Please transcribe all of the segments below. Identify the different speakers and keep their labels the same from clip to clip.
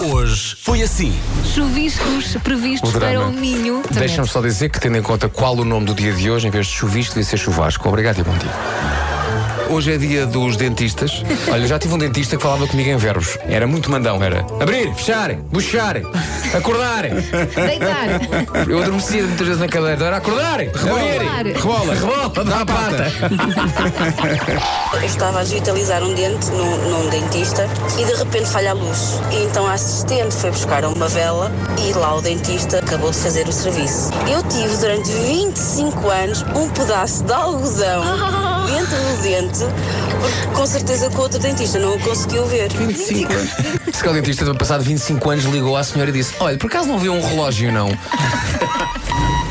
Speaker 1: Hoje foi assim.
Speaker 2: Chuviscos previstos
Speaker 3: O drama.
Speaker 2: para o Minho. Também.
Speaker 3: Deixa-me só dizer que, tendo em conta qual o nome do dia de hoje, em vez de chuvisco, devia ser chuvasco. Obrigado e bom dia.
Speaker 1: Hoje é dia dos dentistas.
Speaker 3: Olha, eu já tive um dentista que falava comigo em verbos. Era muito mandão, era abrir, fechar, buchar, acordar.
Speaker 2: Deitar.
Speaker 3: Eu adormecia muitas vezes na cadeira, era acordar, abrir,
Speaker 1: Rebola.
Speaker 3: rebola, dá a pata.
Speaker 4: Eu estava a digitalizar um dente num, num dentista e de repente falha a luz. E então a assistente foi buscar uma vela e lá o dentista acabou de fazer o serviço. Eu tive durante 25 anos um pedaço de algodão dentro do dente, porque com certeza que o outro dentista não o conseguiu ver.
Speaker 3: 25 anos. Se calhar o dentista, do passado 25 anos, ligou à senhora e disse: Olha, por acaso não viu um relógio, não?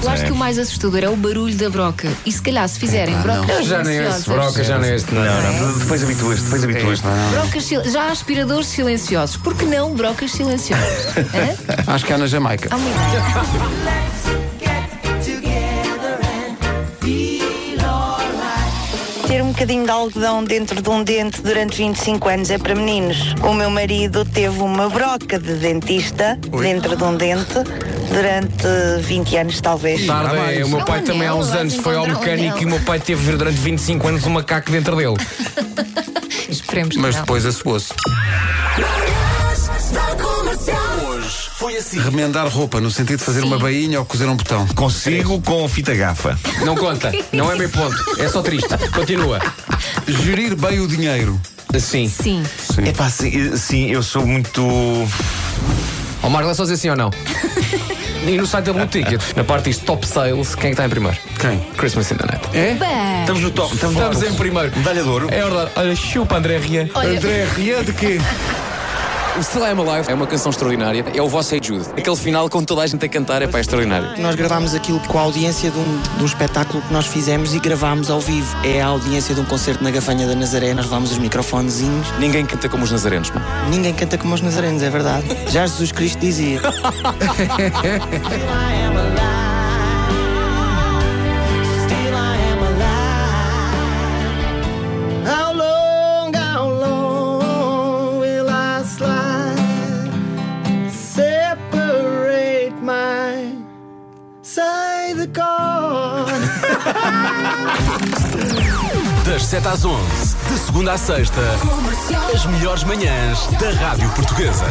Speaker 2: Eu acho que o mais assustador é o barulho da broca. E se calhar, se fizerem brocas.
Speaker 3: Eu já nem esse,
Speaker 2: silenciosas-
Speaker 3: broca, já nem este, não.
Speaker 5: Depois habituas, depois habituas. é?
Speaker 2: Brocas sil- já há aspiradores silenciosos. Por que não brocas silenciosas? Hã?
Speaker 3: Acho que há na Jamaica.
Speaker 2: Há uma ideia.
Speaker 6: Ter um bocadinho de algodão dentro de um dente durante 25 anos é para meninos. O meu marido teve uma broca de dentista dentro de um dente durante 20 anos, talvez.
Speaker 3: Tarde,
Speaker 1: Há
Speaker 3: é,
Speaker 1: vários.
Speaker 3: o meu
Speaker 2: É
Speaker 3: pai
Speaker 2: um
Speaker 3: também há
Speaker 2: anel,
Speaker 3: uns
Speaker 2: vais
Speaker 3: anos foi ao
Speaker 2: encontrar um
Speaker 3: mecânico
Speaker 2: anel.
Speaker 3: e o meu pai teve durante 25 anos um macaco dentro dele.
Speaker 2: Esperemos que
Speaker 1: Mas
Speaker 2: não.
Speaker 1: depois assoou-se.
Speaker 7: Hoje foi assim.
Speaker 1: Remendar roupa, no sentido de fazer uma bainha ou cozer um botão.
Speaker 5: Consigo com fita gafa.
Speaker 3: Não conta, não é bem ponto, é só triste. Continua.
Speaker 1: Gerir bem o dinheiro.
Speaker 3: Assim.
Speaker 2: Sim.
Speaker 5: É pá, sim, sim, eu sou muito.
Speaker 3: Ó Marco, é só dizer sim ou não? E no site da Blue Ticket, na parte diz Top Sales, quem é que está em primeiro?
Speaker 1: Quem?
Speaker 3: Christmas in the Night. Então,
Speaker 1: É?
Speaker 2: Bem,
Speaker 5: Estamos no top, estamos,
Speaker 3: Estamos em primeiro.
Speaker 5: Medalha de ouro.
Speaker 3: É verdade. Olha, chupa André Ria.
Speaker 2: Olha-
Speaker 3: André Ria de quê?
Speaker 8: O Still I'm Alive é uma canção extraordinária. É o Vosso Hey Jude. Aquele final com toda a gente a cantar é pá, é extraordinário.
Speaker 9: Nós gravámos aquilo com a audiência de um, de um espetáculo que nós fizemos e gravámos ao vivo. É a audiência de um concerto na Gafanha da Nazaré, nós levámos os microfonezinhos.
Speaker 8: Ninguém canta como os nazarenos, mano.
Speaker 9: Ninguém canta como os nazarenos, é verdade. Já Jesus Cristo dizia. How long, how long will I slide? Separate my side the cord.
Speaker 7: Das 7 às 11, de segunda à sexta, as melhores manhãs da Rádio Portuguesa.